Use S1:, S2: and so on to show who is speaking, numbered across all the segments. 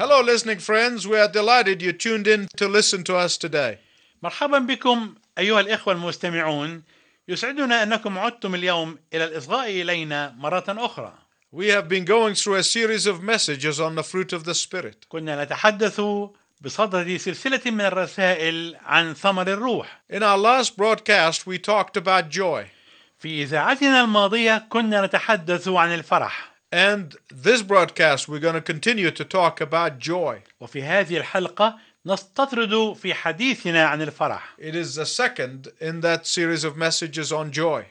S1: Hello, listening friends. We are delighted you tuned in to listen to us today.
S2: مرحبا بكم أيها الإخوة المستمعون يسعدنا أنكم عدتم اليوم إلى الإصغاء إلينا مرة أخرى
S1: We have been going through a series of messages on the fruit of the Spirit.
S2: كنا نتحدث بصدد سلسلة من الرسائل عن ثمر الروح
S1: In our last broadcast, we talked about joy,
S2: في إذاعتنا الماضية كنا نتحدث عن الفرح
S1: and this broadcast, we're going to continue to talk about joy.
S2: وفي هذه الحلقة نستطرد في حديثنا عن الفرح
S1: It is the second in that series of messages on joy.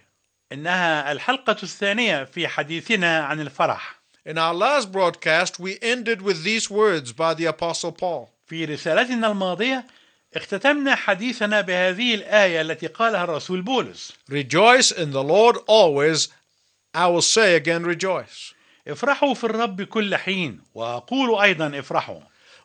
S2: إنها الحلقة الثانية في حديثنا عن الفرح
S1: In our last broadcast, we ended with these words by the Apostle Paul
S2: في رسالتنا الماضية اختتمنا حديثنا بهذه الآية التي قالها الرسول بولس
S1: Rejoice in the Lord always. I will say again, rejoice.
S2: افرحوا في الرب كل حين وأقول أيضا افرحوا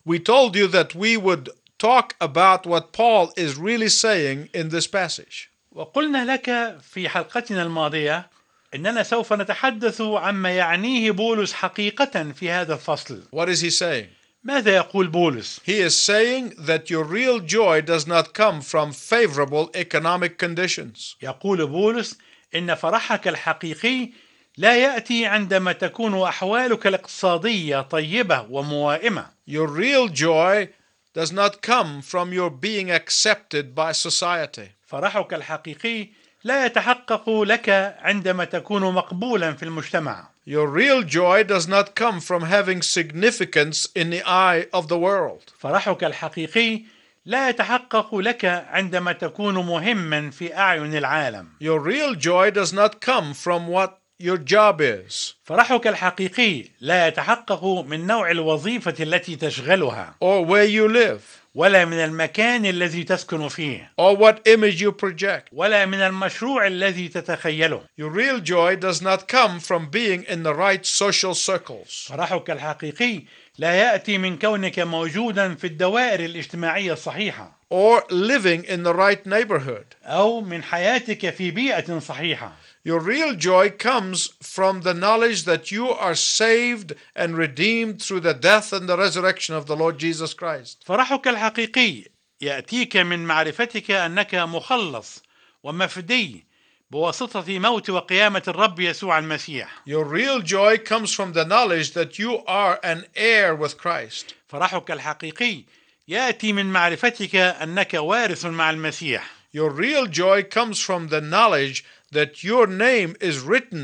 S1: We told you that we would talk about what Paul is really saying in this passage.
S2: وقلنا لك في حلقتنا الماضية إننا سوف نتحدث عما يعنيه بولس حقيقة في هذا الفصل
S1: What is he saying?
S2: ماذا يقول بولس؟
S1: He is saying that your real joy does not come from favorable economic conditions.
S2: يقول بولس إن فرحك الحقيقي لا يأتي عندما تكون أحوالك الاقتصادية طيبة وموائمة
S1: Your real joy does not come from your being accepted by society.
S2: فرحك الحقيقي لا يتحقق لك عندما تكون مقبولا في المجتمع
S1: Your real joy does not come from having significance in the eye of the world.
S2: فرحك الحقيقي لا يتحقق لك عندما تكون مهما في اعين العالم
S1: Your real joy does not come from what your job is,
S2: فرحك الحقيقي لا يتحقق من نوع الوظيفه التي تشغلها
S1: or where you live,
S2: ولا من المكان الذي تسكن فيه
S1: or what image you project.
S2: ولا من المشروع الذي تتخيله
S1: Your real joy does not come from being in the right social circles.
S2: فرحك الحقيقي لا ياتي من كونك موجودا في الدوائر الاجتماعيه الصحيحه
S1: or living in the right neighborhood.
S2: او من حياتك في بيئه صحيحه
S1: Your real joy comes from the knowledge that you are saved and redeemed through the death and the resurrection of the Lord Jesus Christ.
S2: فرحك الحقيقي ياتيك من معرفتك انك مخلص ومفدي بواسطه موت وقيامه الرب يسوع المسيح
S1: Your real joy comes from the knowledge that you are an heir with Christ.
S2: فرحك الحقيقي ياتي من معرفتك انك وارث مع المسيح
S1: Your real joy comes from the knowledge that your name is written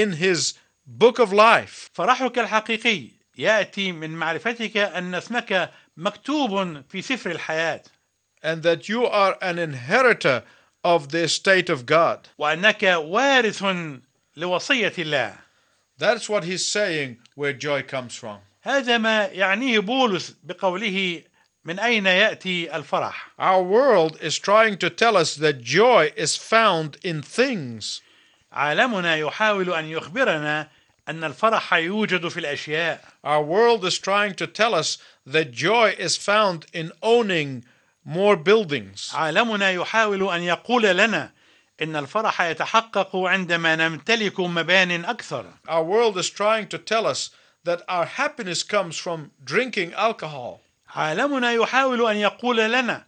S1: in His book of life.
S2: فرحك الحقيقي ياتي من معرفتك ان اسمك مكتوب في سفر الحياه
S1: and that you are an inheritor of the estate of God.
S2: وانك وارث لوصيه الله
S1: That's what he's saying where joy comes from.
S2: هذا ما يعنيه بولس بقوله من اين ياتي الفرح
S1: Our world is trying to tell us that joy is found in things,
S2: عالمنا يحاول أن يخبرنا أن الفرح يوجد في الأشياء
S1: our world is trying to tell us that joy is found in owning more buildings,
S2: عالمنا يحاول أن يقول لنا إن الفرح يتحقق عندما نمتلك مبان أكثر
S1: our world is trying to tell us that our happiness comes from drinking alcohol.
S2: عالمنا يحاول أن يقول لنا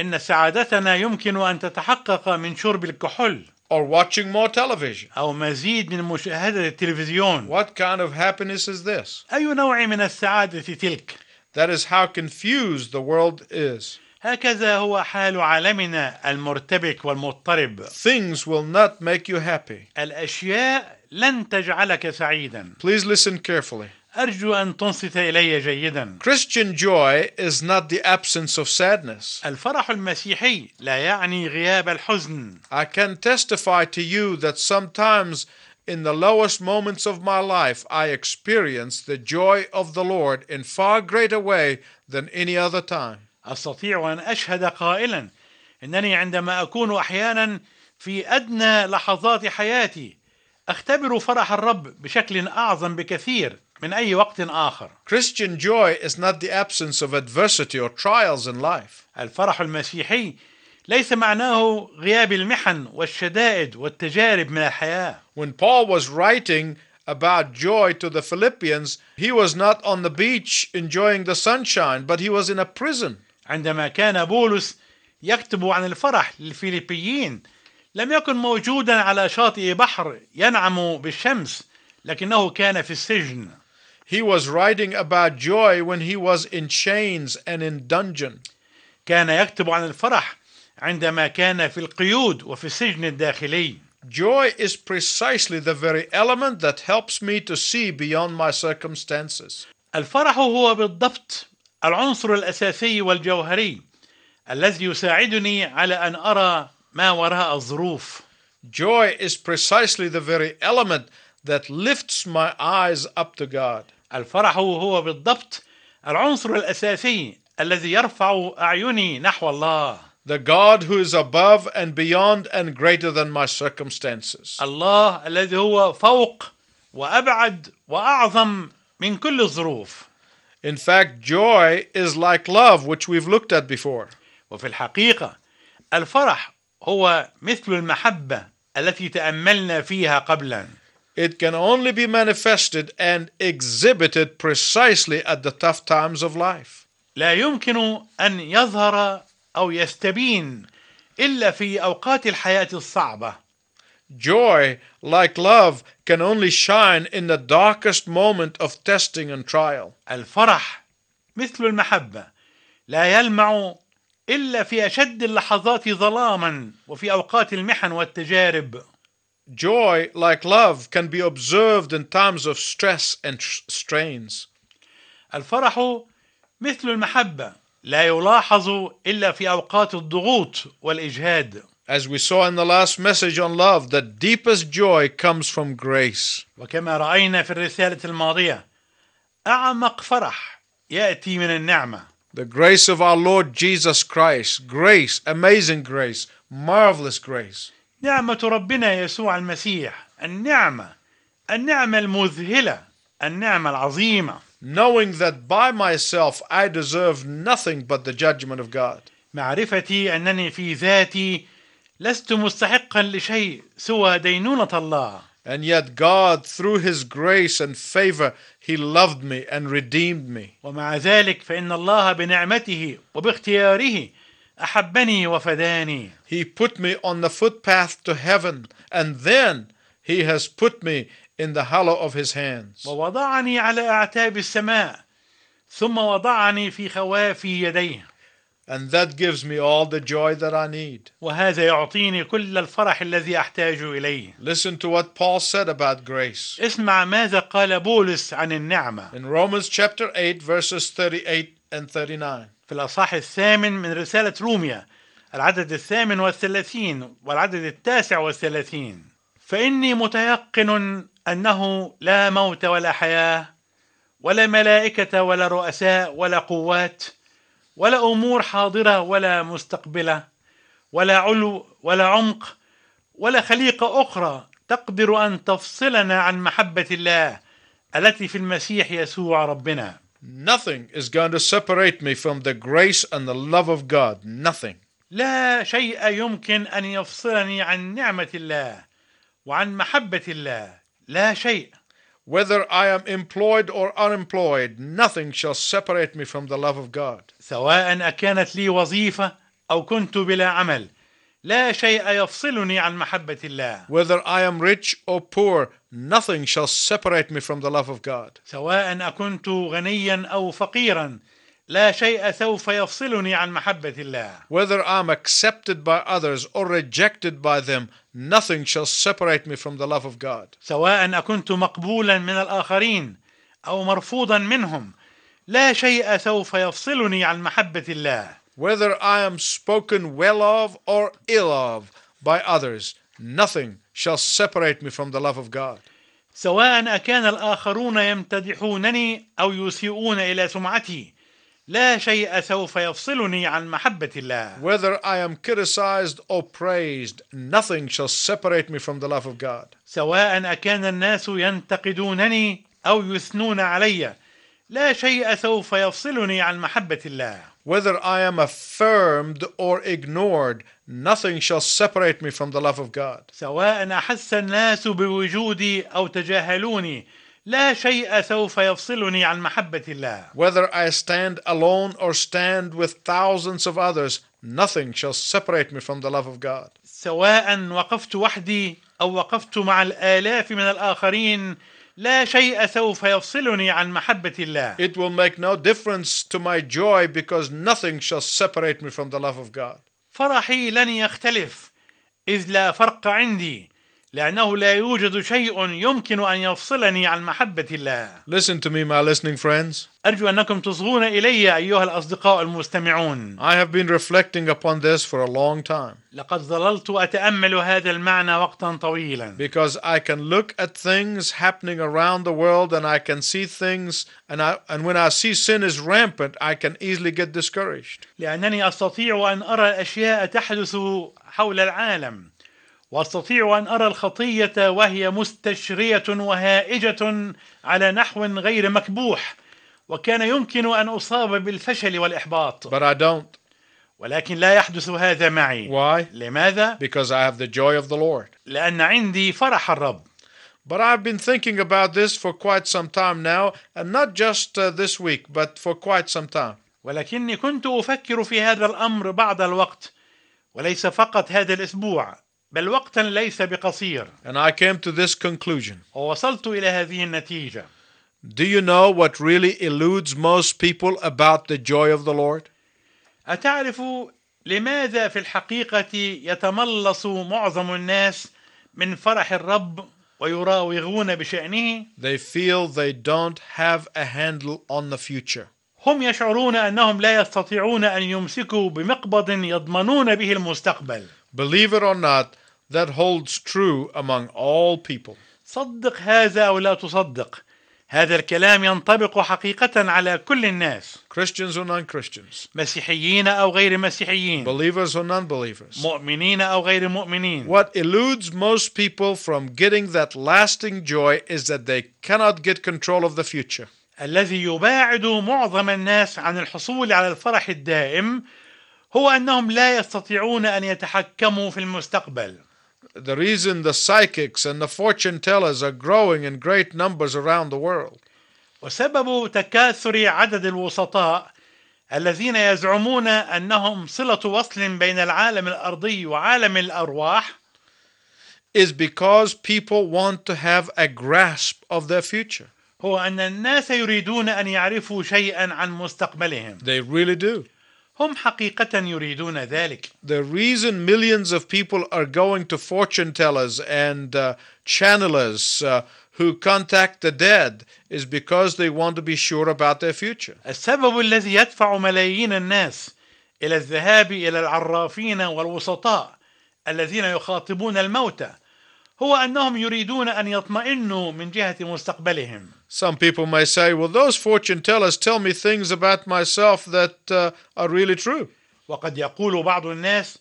S2: إن سعادتنا يمكن أن تتحقق من شرب الكحول
S1: Or watching more television.
S2: أو مزيد من مشاهدة التلفزيون
S1: What kind of happiness is this?
S2: أي نوع من السعادة تلك؟
S1: That is how confused the world is.
S2: هكذا هو حال عالمنا المرتبك والمضطرب
S1: Things will not make you happy.
S2: الأشياء لن تجعلك سعيدا
S1: Please listen carefully.
S2: أرجو أن تنصت إلي جيدا
S1: Christian joy is not the absence of sadness.
S2: الفرح المسيحي لا يعني غياب الحزن
S1: I can testify to you that sometimes in the lowest moments of my life, I experience the joy of the Lord in far greater way than any other time.
S2: أستطيع أن أشهد قائلا أنني عندما أكون أحيانا في أدنى لحظات حياتي أختبر فرح الرب بشكل أعظم بكثير من أي وقت آخر
S1: Christian joy is not the absence of adversity or trials in life.
S2: الفرح المسيحي ليس معناه غياب المحن والشدائد والتجارب من الحياة
S1: When Paul was writing about joy to the Philippians, he was not on the beach enjoying the sunshine, but he was in a prison.
S2: عندما كان بولس يكتب عن الفرح للفيليبيين لم يكن موجودا على شاطئ بحر ينعم بالشمس لكنه كان في السجن
S1: He was writing about joy when he was in chains and in dungeon.
S2: كان يكتب عن الفرح عندما كان في القيود وفي السجن الداخلي
S1: Joy is precisely the very element that helps me to see beyond my circumstances.
S2: الفرح هو بالضبط العنصر الأساسي والجوهري الذي يساعدني على أن أرى ما وراء الظروف
S1: Joy is precisely the very element that lifts my eyes up to God.
S2: الفرح هو بالضبط العنصر الأساسي الذي يرفع أعيني نحو الله
S1: The God who is above and beyond and greater than my circumstances.
S2: الله الذي هو فوق وأبعد وأعظم من كل الظروف
S1: In fact, joy is like love, which we've looked at before.
S2: وفي الحقيقة الفرح هو مثل المحبة التي تأملنا فيها قبلا
S1: It can only be manifested and exhibited precisely at the tough times of life.
S2: لا يمكن أن يظهر أو يستبين إلا في أوقات الحياة الصعبة
S1: Joy, like love, can only shine in the darkest moment of testing and trial.
S2: الفرح مثل المحبة لا يلمع إلا في أشد اللحظات ظلاما وفي أوقات المحن والتجارب
S1: Joy, like love, can be observed in times of stress and sh- strains.
S2: الفرح مثل المحبة لا يلاحظ إلا في أوقات الضغوط والإجهاد
S1: As we saw in the last message on love, the deepest joy comes from grace.
S2: وكما رأينا في الرسالة الماضية أعمق فرح يأتي من النعمة
S1: The grace of our Lord Jesus Christ. Grace, amazing grace, marvelous grace.
S2: نعمة ربنا يسوع المسيح النعمة النعمة المذهلة النعمة العظيمة
S1: Knowing that by myself I deserve nothing but the judgment of God.
S2: معرفتي أنني في ذاتي لست مستحقا لشيء سوى دينونة الله
S1: And yet, God, through His grace and favor, He loved me and redeemed me.
S2: ومع ذلك فإن الله بنعمته وباختياره أحبني وفداني
S1: He put me on the footpath to heaven, and then He has put me in the hollow of His hands.
S2: ووضعني على أعتاب السماء ثم وضعني في خوافي يديه
S1: And that gives me all the joy that I need.
S2: وهذا يعطيني كل الفرح الذي أحتاج إليه
S1: Listen to what Paul said about grace.
S2: اسمع ماذا قال بولس عن النعمة
S1: In Romans chapter 8, verses 38 and 39.
S2: في الأصحاح الثامن من رسالة روميا العدد الثامن والثلاثين والعدد التاسع والثلاثين فإني متيقن أنه لا موت ولا حياة ولا ملائكة ولا رؤساء ولا قوات ولا أمور حاضرة ولا مستقبلة ولا علو ولا عمق ولا خليقة أخرى تقدر أن تفصلنا عن محبة الله التي في المسيح يسوع ربنا
S1: Nothing is going to separate me from the grace and the love of God. Nothing.
S2: لا شيء يمكن ان يفصلني عن نعمه الله وعن محبه الله لا شيء
S1: Whether I am employed or unemployed, nothing shall separate me from the love of God.
S2: سواء اكانت لي وظيفه او كنت بلا عمل لا شيء يفصلني عن محبه الله
S1: Whether I am rich or poor, nothing shall separate me from the love of God.
S2: سواء اكنت غنيا او فقيرا لا شيء سوف يفصلني عن محبه الله
S1: Whether I am accepted by others or rejected by them, nothing shall separate me from the love of God.
S2: سواء اكنت مقبولا من الاخرين او مرفوضا منهم لا شيء سوف يفصلني عن محبه الله
S1: Whether I am spoken well of or ill of by others, nothing shall separate me from the love of God.
S2: سواء أكان الآخرون يمتدحونني أو يسيئون إلى سمعتي لا شيء سوف يفصلني عن محبة الله
S1: Whether I am criticized or praised, nothing shall separate me from the love of God.
S2: سواء أكان الناس ينتقدونني أو يثنون علي لا شيء سوف يفصلني عن محبة الله
S1: Whether I am affirmed or ignored, nothing shall separate me from the love of God.
S2: سواء أحس الناس بوجودي أو تجاهلوني لا شيء سوف يفصلني عن محبة الله
S1: Whether I stand alone or stand with thousands of others, nothing shall separate me from the love of God.
S2: سواء وقفت وحدي أو وقفت مع الآلاف من الآخرين لا شيء سوف يفصلني عن محبة الله
S1: It will make no difference to my joy because nothing shall separate me from the love of God.
S2: فرحي لن يختلف إذ لا فرق عندي لأنه لا يوجد شيء يمكن أن يفصلني عن محبة الله
S1: Listen to me, my listening friends.
S2: أرجو أنكم تصغون إلي أيها الأصدقاء المستمعون
S1: I have been reflecting upon this for a long time
S2: لقد ظللت أتأمل هذا المعنى وقتا طويلا
S1: because I can look at things happening around the world and I can see things and I and when I see sin is rampant, I can easily get discouraged.
S2: لأنني أستطيع أن أرى أشياء تحدث حول العالم وأستطيع أن أرى الخطية وهي مستشرية وهائجة على نحو غير مكبوح وكان يمكن أن أصاب بالفشل والإحباط
S1: But I don't.
S2: ولكن لا يحدث هذا معي
S1: Why?
S2: لماذا؟
S1: Because I have the joy of the Lord.
S2: لأن عندي فرح الرب
S1: But I've been thinking about this for quite some time now, and not just uh, this week, but for quite some time.
S2: ولكني كنت أفكر في هذا الأمر بعض الوقت وليس فقط هذا الأسبوع بل وقتا ليس بقصير
S1: And I came to this conclusion.
S2: ووصلت إلى هذه النتيجة
S1: Do you know what really eludes most people about the joy of the Lord?
S2: أتعرف لماذا في الحقيقة يتملص معظم الناس من فرح الرب ويراوغون بشأنه؟
S1: They feel they don't have a handle on the future.
S2: هم يشعرون أنهم لا يستطيعون أن يمسكوا بمقبض يضمنون به المستقبل.
S1: Believe it or not, that holds true among all people.
S2: صدق هذا أو لا تصدق، هذا الكلام ينطبق حقيقة على كل الناس،
S1: Christians or non Christians,
S2: مسيحيين أو غير مسيحيين،
S1: believers or non believers.
S2: مؤمنين أو غير مؤمنين.
S1: What eludes most people from getting that lasting joy is that they cannot get control of the future.
S2: الذي يباعد معظم الناس عن الحصول على الفرح الدائم هو انهم لا يستطيعون ان يتحكموا في المستقبل
S1: The reason the psychics and the fortune tellers are growing in great numbers around the world.
S2: وسبب تكاثر عدد الوسطاء الذين يزعمون انهم صله وصل بين العالم الارضي وعالم الارواح
S1: is because people want to have a grasp of their future.
S2: هو ان الناس يريدون ان يعرفوا شيئا عن مستقبلهم
S1: They really do.
S2: هم حقيقه يريدون ذلك
S1: The reason millions of people are going to fortune tellers and uh, channelers uh, who contact the dead is because they want to be sure about their future.
S2: السبب الذي يدفع ملايين الناس إلى الذهاب إلى العرافين والوسطاء الذين يخاطبون الموتى هو أنهم يريدون أن يطمئنوا من جهة مستقبلهم
S1: Some people may say, well, those fortune tellers tell me things about myself that uh, are really true.
S2: وقد يقول بعض الناس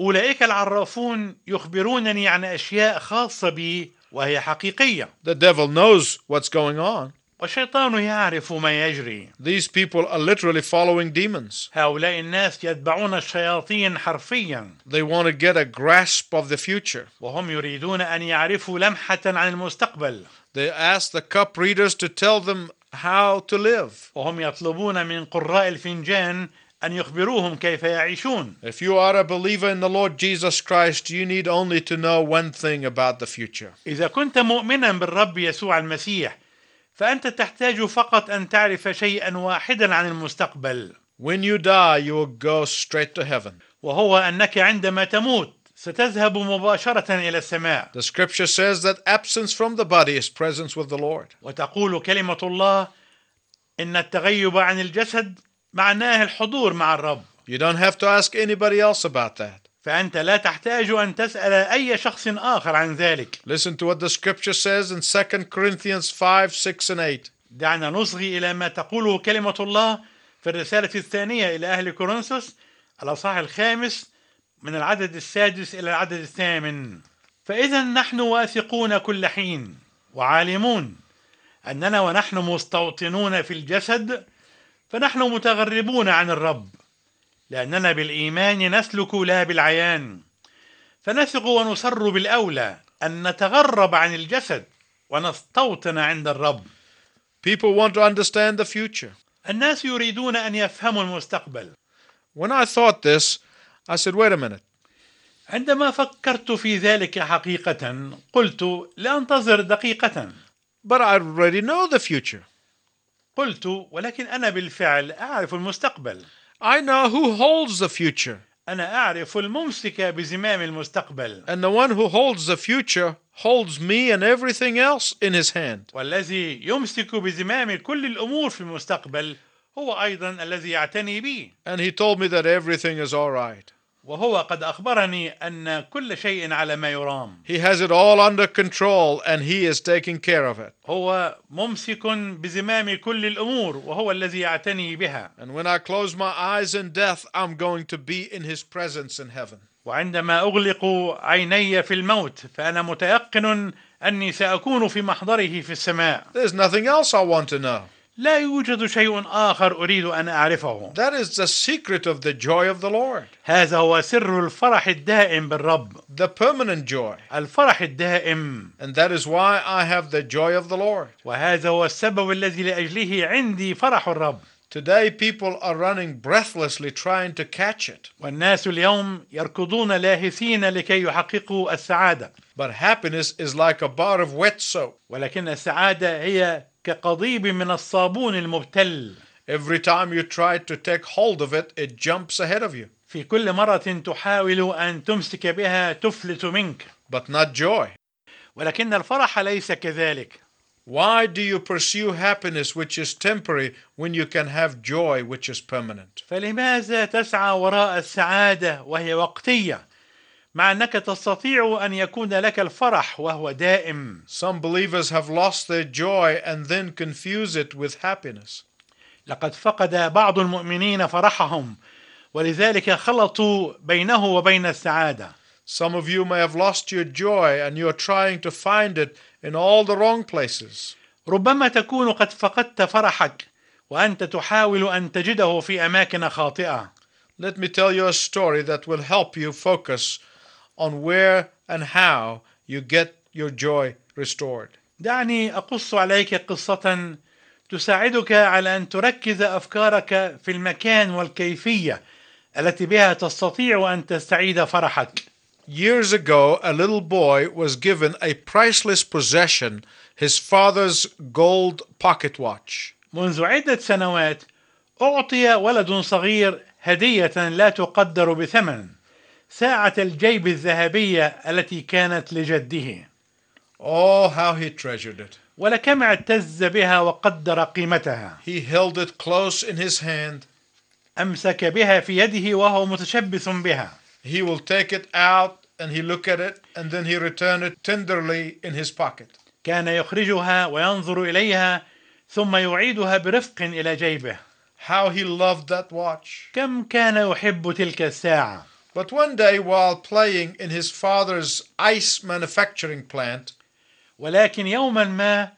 S2: أولئك العرافون يخبرونني عن أشياء خاصة بي وهي حقيقية
S1: The devil knows what's going on.
S2: والشيطان يعرف ما يجري
S1: These people are literally following demons.
S2: هؤلاء الناس يتبعون الشياطين حرفيا
S1: They want to get a grasp of the future.
S2: وهم يريدون أن يعرفوا لمحة عن المستقبل
S1: They ask the cup readers to tell them how to live.
S2: وهم يطلبون من قراء الفنجان أن يخبروهم كيف يعيشون
S1: If you are a believer in the Lord Jesus Christ, you need only to know one thing about the future.
S2: إذا كنت مؤمنا بالرب يسوع المسيح فأنت تحتاج فقط أن تعرف شيئا واحدا عن المستقبل
S1: When you die, you will go straight to heaven.
S2: وهو أنك عندما تموت ستذهب مباشرة إلى السماء
S1: The scripture says that absence from the body is presence with the Lord.
S2: وتقول كلمة الله إن التغيب عن الجسد معناه الحضور مع الرب
S1: You don't have to ask anybody else about that.
S2: فأنت لا تحتاج أن تسأل أي شخص آخر عن ذلك
S1: Listen to what the scripture says in 2 Corinthians 5, 6, and 8.
S2: دعنا نصغي إلى ما تقوله كلمة الله في الرسالة الثانية إلى أهل كورنثوس الأصحاح الخامس من العدد السادس إلى العدد الثامن فإذا نحن واثقون كل حين وعالمون اننا ونحن مستوطنون في الجسد فنحن متغربون عن الرب لاننا بالايمان نسلك لا بالعيان فنثق ونصر بالاولى ان نتغرب عن الجسد ونستوطن عند الرب
S1: People want to understand the future.
S2: الناس يريدون ان يفهموا المستقبل
S1: When I thought this, I said, wait a minute.
S2: عندما فكرت في ذلك حقيقة قلت لأنتظر دقيقة
S1: But I already know the future.
S2: قلت ولكن أنا بالفعل أعرف المستقبل
S1: I know who holds the future.
S2: أنا أعرف الممسك بزمام المستقبل
S1: And the one who holds the future holds me and everything else in his hand.
S2: والذي يمسك بزمام كل الأمور في المستقبل هو أيضا الذي يعتني بي
S1: And he told me that everything is all right.
S2: وهو قد أخبرني أن كل شيء على ما يرام
S1: He has it all under control and he is taking care of it.
S2: هو ممسك بزمام كل الأمور وهو الذي يعتني بها
S1: And when I close my eyes in death, I'm going to be in his presence in heaven.
S2: وعندما أغلق عيني في الموت فأنا متيقن أني سأكون في محضره في السماء
S1: There's nothing else I want to know.
S2: لا يوجد شيء آخر أريد أن أعرفه
S1: That is the secret of the joy of the Lord,
S2: هذا هو سر الفرح الدائم بالرب
S1: the permanent joy.
S2: الفرح الدائم
S1: And that is why I have the joy of the Lord.
S2: وهذا هو السبب الذي لأجله عندي فرح الرب
S1: Today, people are running breathlessly trying to catch it.
S2: والناس اليوم يركضون لاهثين لكي يحققوا السعادة
S1: But happiness is like a bar of wet soap.
S2: ولكن السعادة هي كقضيب من الصابون المبتل
S1: Every time you try to take hold of it, it jumps ahead of you.
S2: في كل مرة تحاول أن تمسك بها تفلت منك
S1: But not joy.
S2: ولكن الفرح ليس كذلك
S1: Why do you pursue happiness which is temporary when you can have joy which is permanent?
S2: فلماذا تسعى وراء السعادة وهي وقتية مع أنك تستطيع أن يكون لك الفرح وهو دائم
S1: Some believers have lost their joy and then confuse it with happiness.
S2: لقد فقد بعض المؤمنين فرحهم ولذلك خلطوا بينه وبين السعادة
S1: Some of you may have lost your joy and you are trying to find it in all the wrong places.
S2: ربما تكون قد فقدت فرحك وأنت تحاول أن تجده في أماكن خاطئة
S1: Let me tell you a story that will help you focus on where and how you get your joy restored.
S2: دعني أقص عليك قصة تساعدك على أن تركز أفكارك في المكان والكيفية التي بها تستطيع أن تستعيد فرحك.
S1: Years ago, a little boy was given a priceless possession, his father's gold pocket watch.
S2: منذ عدة سنوات أعطي ولد صغير هدية لا تقدر بثمن ساعة الجيب الذهبية التي كانت لجده
S1: Oh, how he treasured it.
S2: ولكم اعتز بها وقدر قيمتها
S1: He held it close in his hand.
S2: أمسك بها في يده وهو متشبث بها
S1: He will take it out and he look at it and then he return it tenderly in his pocket.
S2: كان يخرجها وينظر إليها ثم يعيدها برفق إلى جيبه
S1: How he loved that watch.
S2: كم كان يحب تلك الساعة
S1: But one day, while playing in his father's ice manufacturing plant,
S2: ولكن يوما ما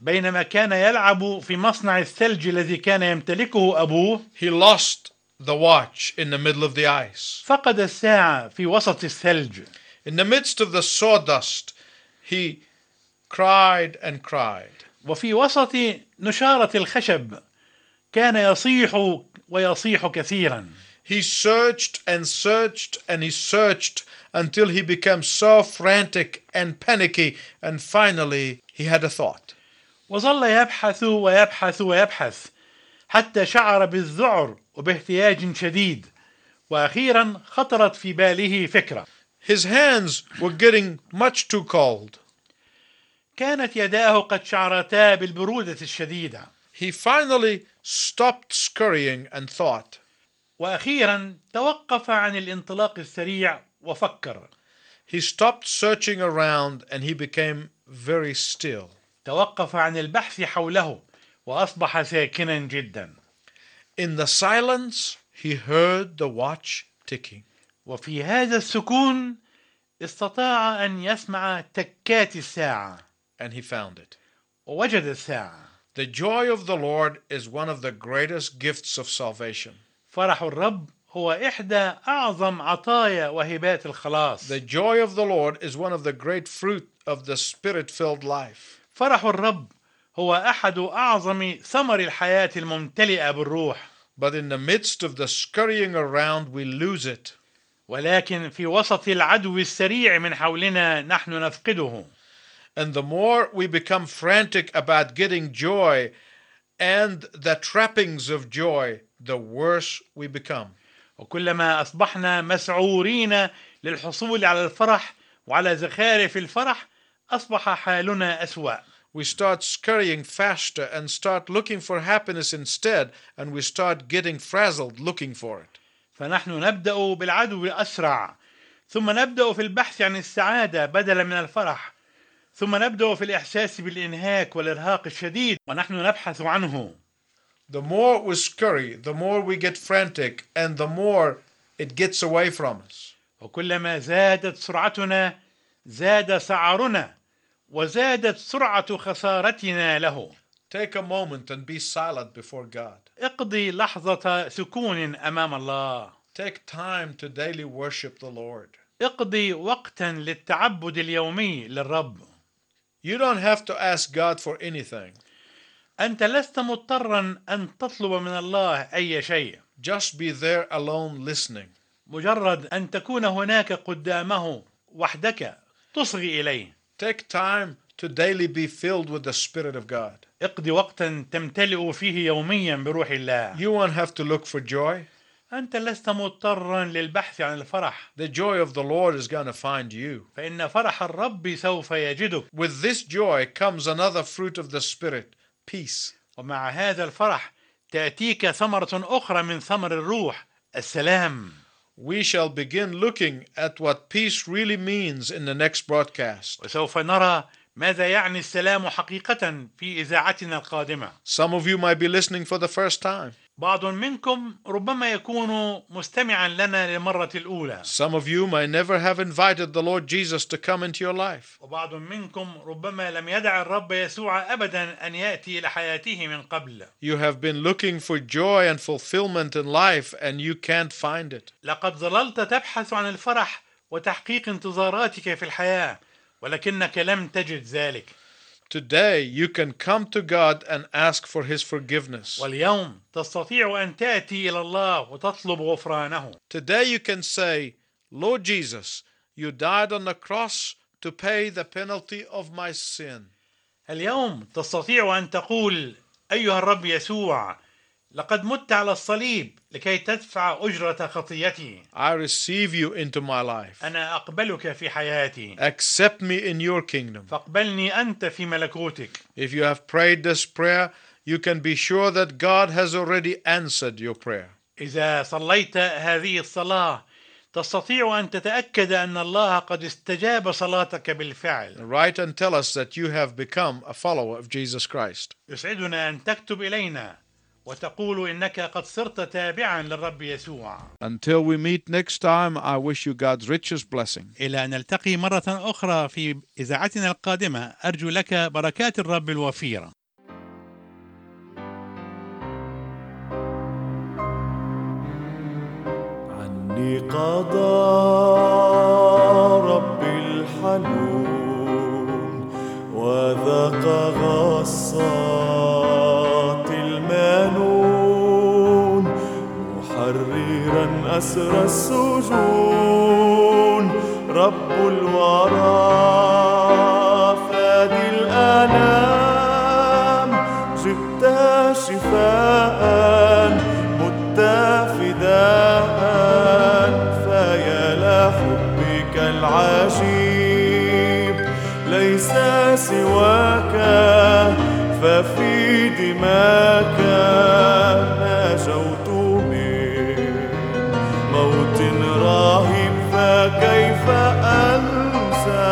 S2: بينما كان يلعب في مصنع الثلج الذي كان يمتلكه أبوه
S1: he lost the watch in the middle of the ice.
S2: فقد الساعة في وسط الثلج
S1: In the midst of the sawdust, he cried and cried.
S2: وفي وسط نشارة الخشب كان يصيح ويصيح كثيرا
S1: He searched and searched and he searched until he became so frantic and panicky, and finally he had a thought.
S2: وظل يبحث ويبحث ويبحث حتى شعر بالذعر وباحتياج شديد واخيرا خطرت في باله فكره
S1: His hands were getting much too cold.
S2: كانت يداه قد شعرتا بالبروده الشديده
S1: He finally stopped scurrying and thought.
S2: واخيرا توقف عن الانطلاق السريع وفكر
S1: He stopped searching around and he became very still.
S2: توقف عن البحث حوله واصبح ساكنا جدا
S1: In the silence, he heard the watch ticking.
S2: وفي هذا السكون استطاع ان يسمع تكات الساعه
S1: and he found it.
S2: ووجد الساعة
S1: The joy of the Lord is one of the greatest gifts of salvation.
S2: فرح الرب هو إحدى أعظم عطايا وهبات الخلاص
S1: The joy of the Lord is one of the great fruit of the spirit filled life.
S2: فرح الرب هو أحد أعظم ثمر الحياة الممتلئة بالروح
S1: But in the midst of the scurrying around, we lose it.
S2: ولكن في وسط العدو السريع من حولنا نحن نفقده
S1: And the more we become frantic about getting joy and the trappings of joy, the worse we become.
S2: وكلما أصبحنا مسعورين للحصول على الفرح وعلى زخارف الفرح أصبح حالنا أسوأ
S1: We start scurrying faster and start looking for happiness instead, and we start getting frazzled looking for it.
S2: فنحن نبدأ بالعدو أسرع ثم نبدأ في البحث عن السعادة بدلا من الفرح ثم نبدأ في الإحساس بالإنهاك والإرهاق الشديد ونحن نبحث عنه
S1: The more we scurry, the more we get frantic, and the more it gets away from us.
S2: وكلما زادت سرعتنا زاد سعرنا وزادت سرعة خسارتنا له
S1: Take a moment and be silent before God.
S2: اقضي لحظة سكون أمام الله
S1: Take time to daily worship the Lord.
S2: اقضي وقتا للتعبد اليومي للرب
S1: You don't have to ask God for anything.
S2: أنت لست مضطرا أن تطلب من الله أي شيء
S1: Just be there alone listening.
S2: مجرد أن تكون هناك قدامه وحدك تصغي إليه
S1: Take time to daily be filled with the Spirit of God.
S2: اقضي وقتا تمتلئ فيه يوميا بروح الله
S1: You won't have to look for joy.
S2: أنت لست مضطرا للبحث عن الفرح
S1: The joy of the Lord is going to find you.
S2: فإن فرح الرب سوف يجدك
S1: With this joy comes another fruit of the Spirit peace.
S2: ومع هذا الفرح تأتيك ثمرة أخرى من ثمر الروح السلام
S1: We shall begin looking at what peace really means in the next broadcast.
S2: وسوف نرى ماذا يعني السلام حقيقة في إذاعتنا القادمة
S1: Some of you might be listening for the first time.
S2: بعض منكم ربما يكون مستمعا لنا للمرة الأولى
S1: Some of you may never have invited the Lord Jesus to come into your life.
S2: وبعض منكم ربما لم يدع الرب يسوع ابدا ان ياتي الى حياته من قبل
S1: You have been looking for joy and fulfillment in life and you can't find it.
S2: لقد ظللت تبحث عن الفرح وتحقيق انتظاراتك في الحياه ولكنك لم تجد ذلك
S1: Today you can come to God and ask for his forgiveness.
S2: واليوم تستطيع ان تاتي الى الله وتطلب غفرانه
S1: Today you can say, Lord Jesus, you died on the cross to pay the penalty of my sin.
S2: اليوم تستطيع ان تقول ايها الرب يسوع لقد مت على الصليب لكي تدفع اجره خطيتي
S1: I receive you into my life.
S2: انا اقبلك في حياتي
S1: Accept me in your kingdom.
S2: فاقبلني انت في ملكوتك
S1: If you have prayed this prayer, you can be sure that God has already answered your prayer.
S2: إذا صليت هذه الصلاة تستطيع أن تتأكد أن الله قد استجاب صلاتك بالفعل
S1: Write and tell us that you have become a follower of Jesus Christ.
S2: يسعدنا أن تكتب إلينا وتقول إنك قد صرت تابعا للرب يسوع
S1: Until we meet next time, I wish you God's richest blessing.
S2: إلى أن نلتقي مرة أخرى في إذاعتنا القادمة أرجو لك بركات الرب الوفيرة
S3: عني قضى رب الحنون وذاق غصات المنون محررا أسر السجون رب الورى فادي الأنام جئت شفاء مت فداء فيا حبك العجيب ليس سواك ففي دماك نجوت من موت راهب فكيف أنسى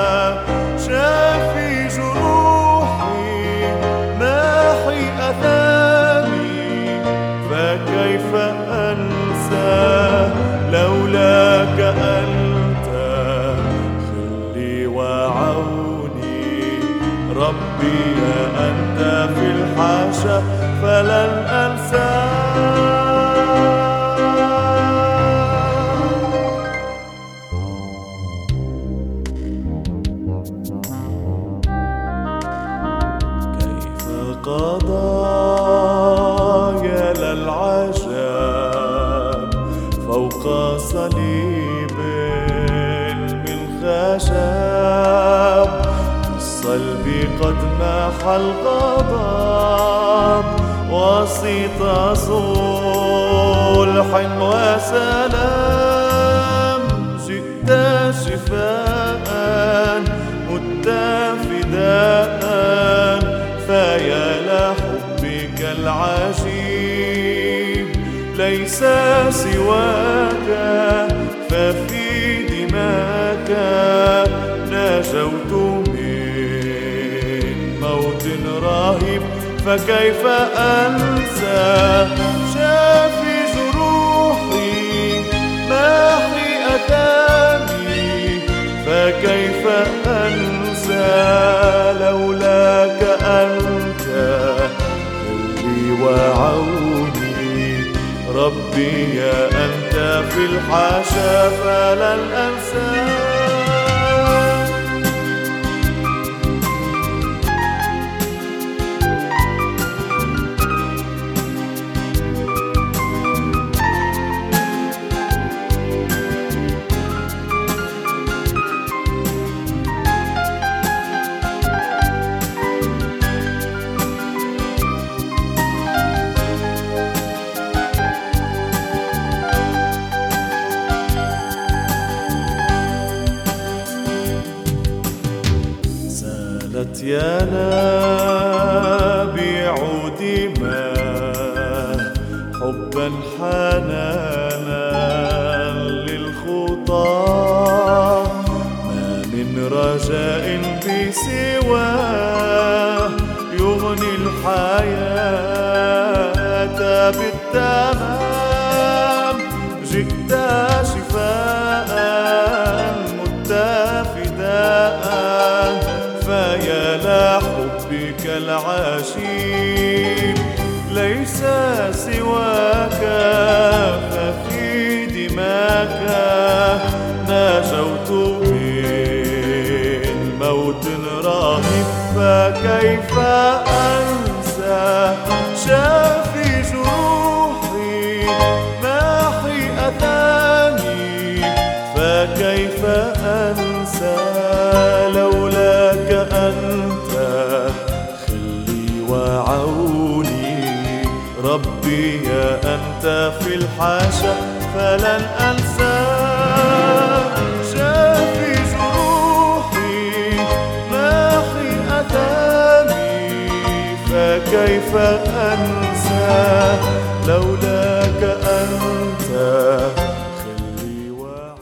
S3: شافي جروحي ناحي أثامي فكيف أنسى لولاك أنت خلي وعوني ربي يا أنت حاشا فلن أنساه كيف قضى يا للعجب فوق صليب من خشب في الصلب قد ناح الغضب وسط صلح وسلام جئت شفاء مت فداء فيا لحبك العجيب ليس سواك ففي دماك نجوت من موت رهيب فكيف أنسى شافي جروحي ماحي أتاني فكيف أنسى لولاك أنت اللي وعوني ربي يا أنت في الحاشا فلن أنساك سالت يا نبيع دما حبا حنانا للخطى ما من رجاء في سواه يغني الحياة بالتمام جئت شفاء متفداء فيا لحبك العجيب ليس سواك ففي دماك نجوت من موت رهيب فكيف أنسى شافي جروحي ماحي أتاني فكيف أنسى لولاك أنت خلي وعوني ربي يا أنت في الحاشا فلن أنساك شافي جروحي ماحي أتاني فكيف أنسى لولاك أنت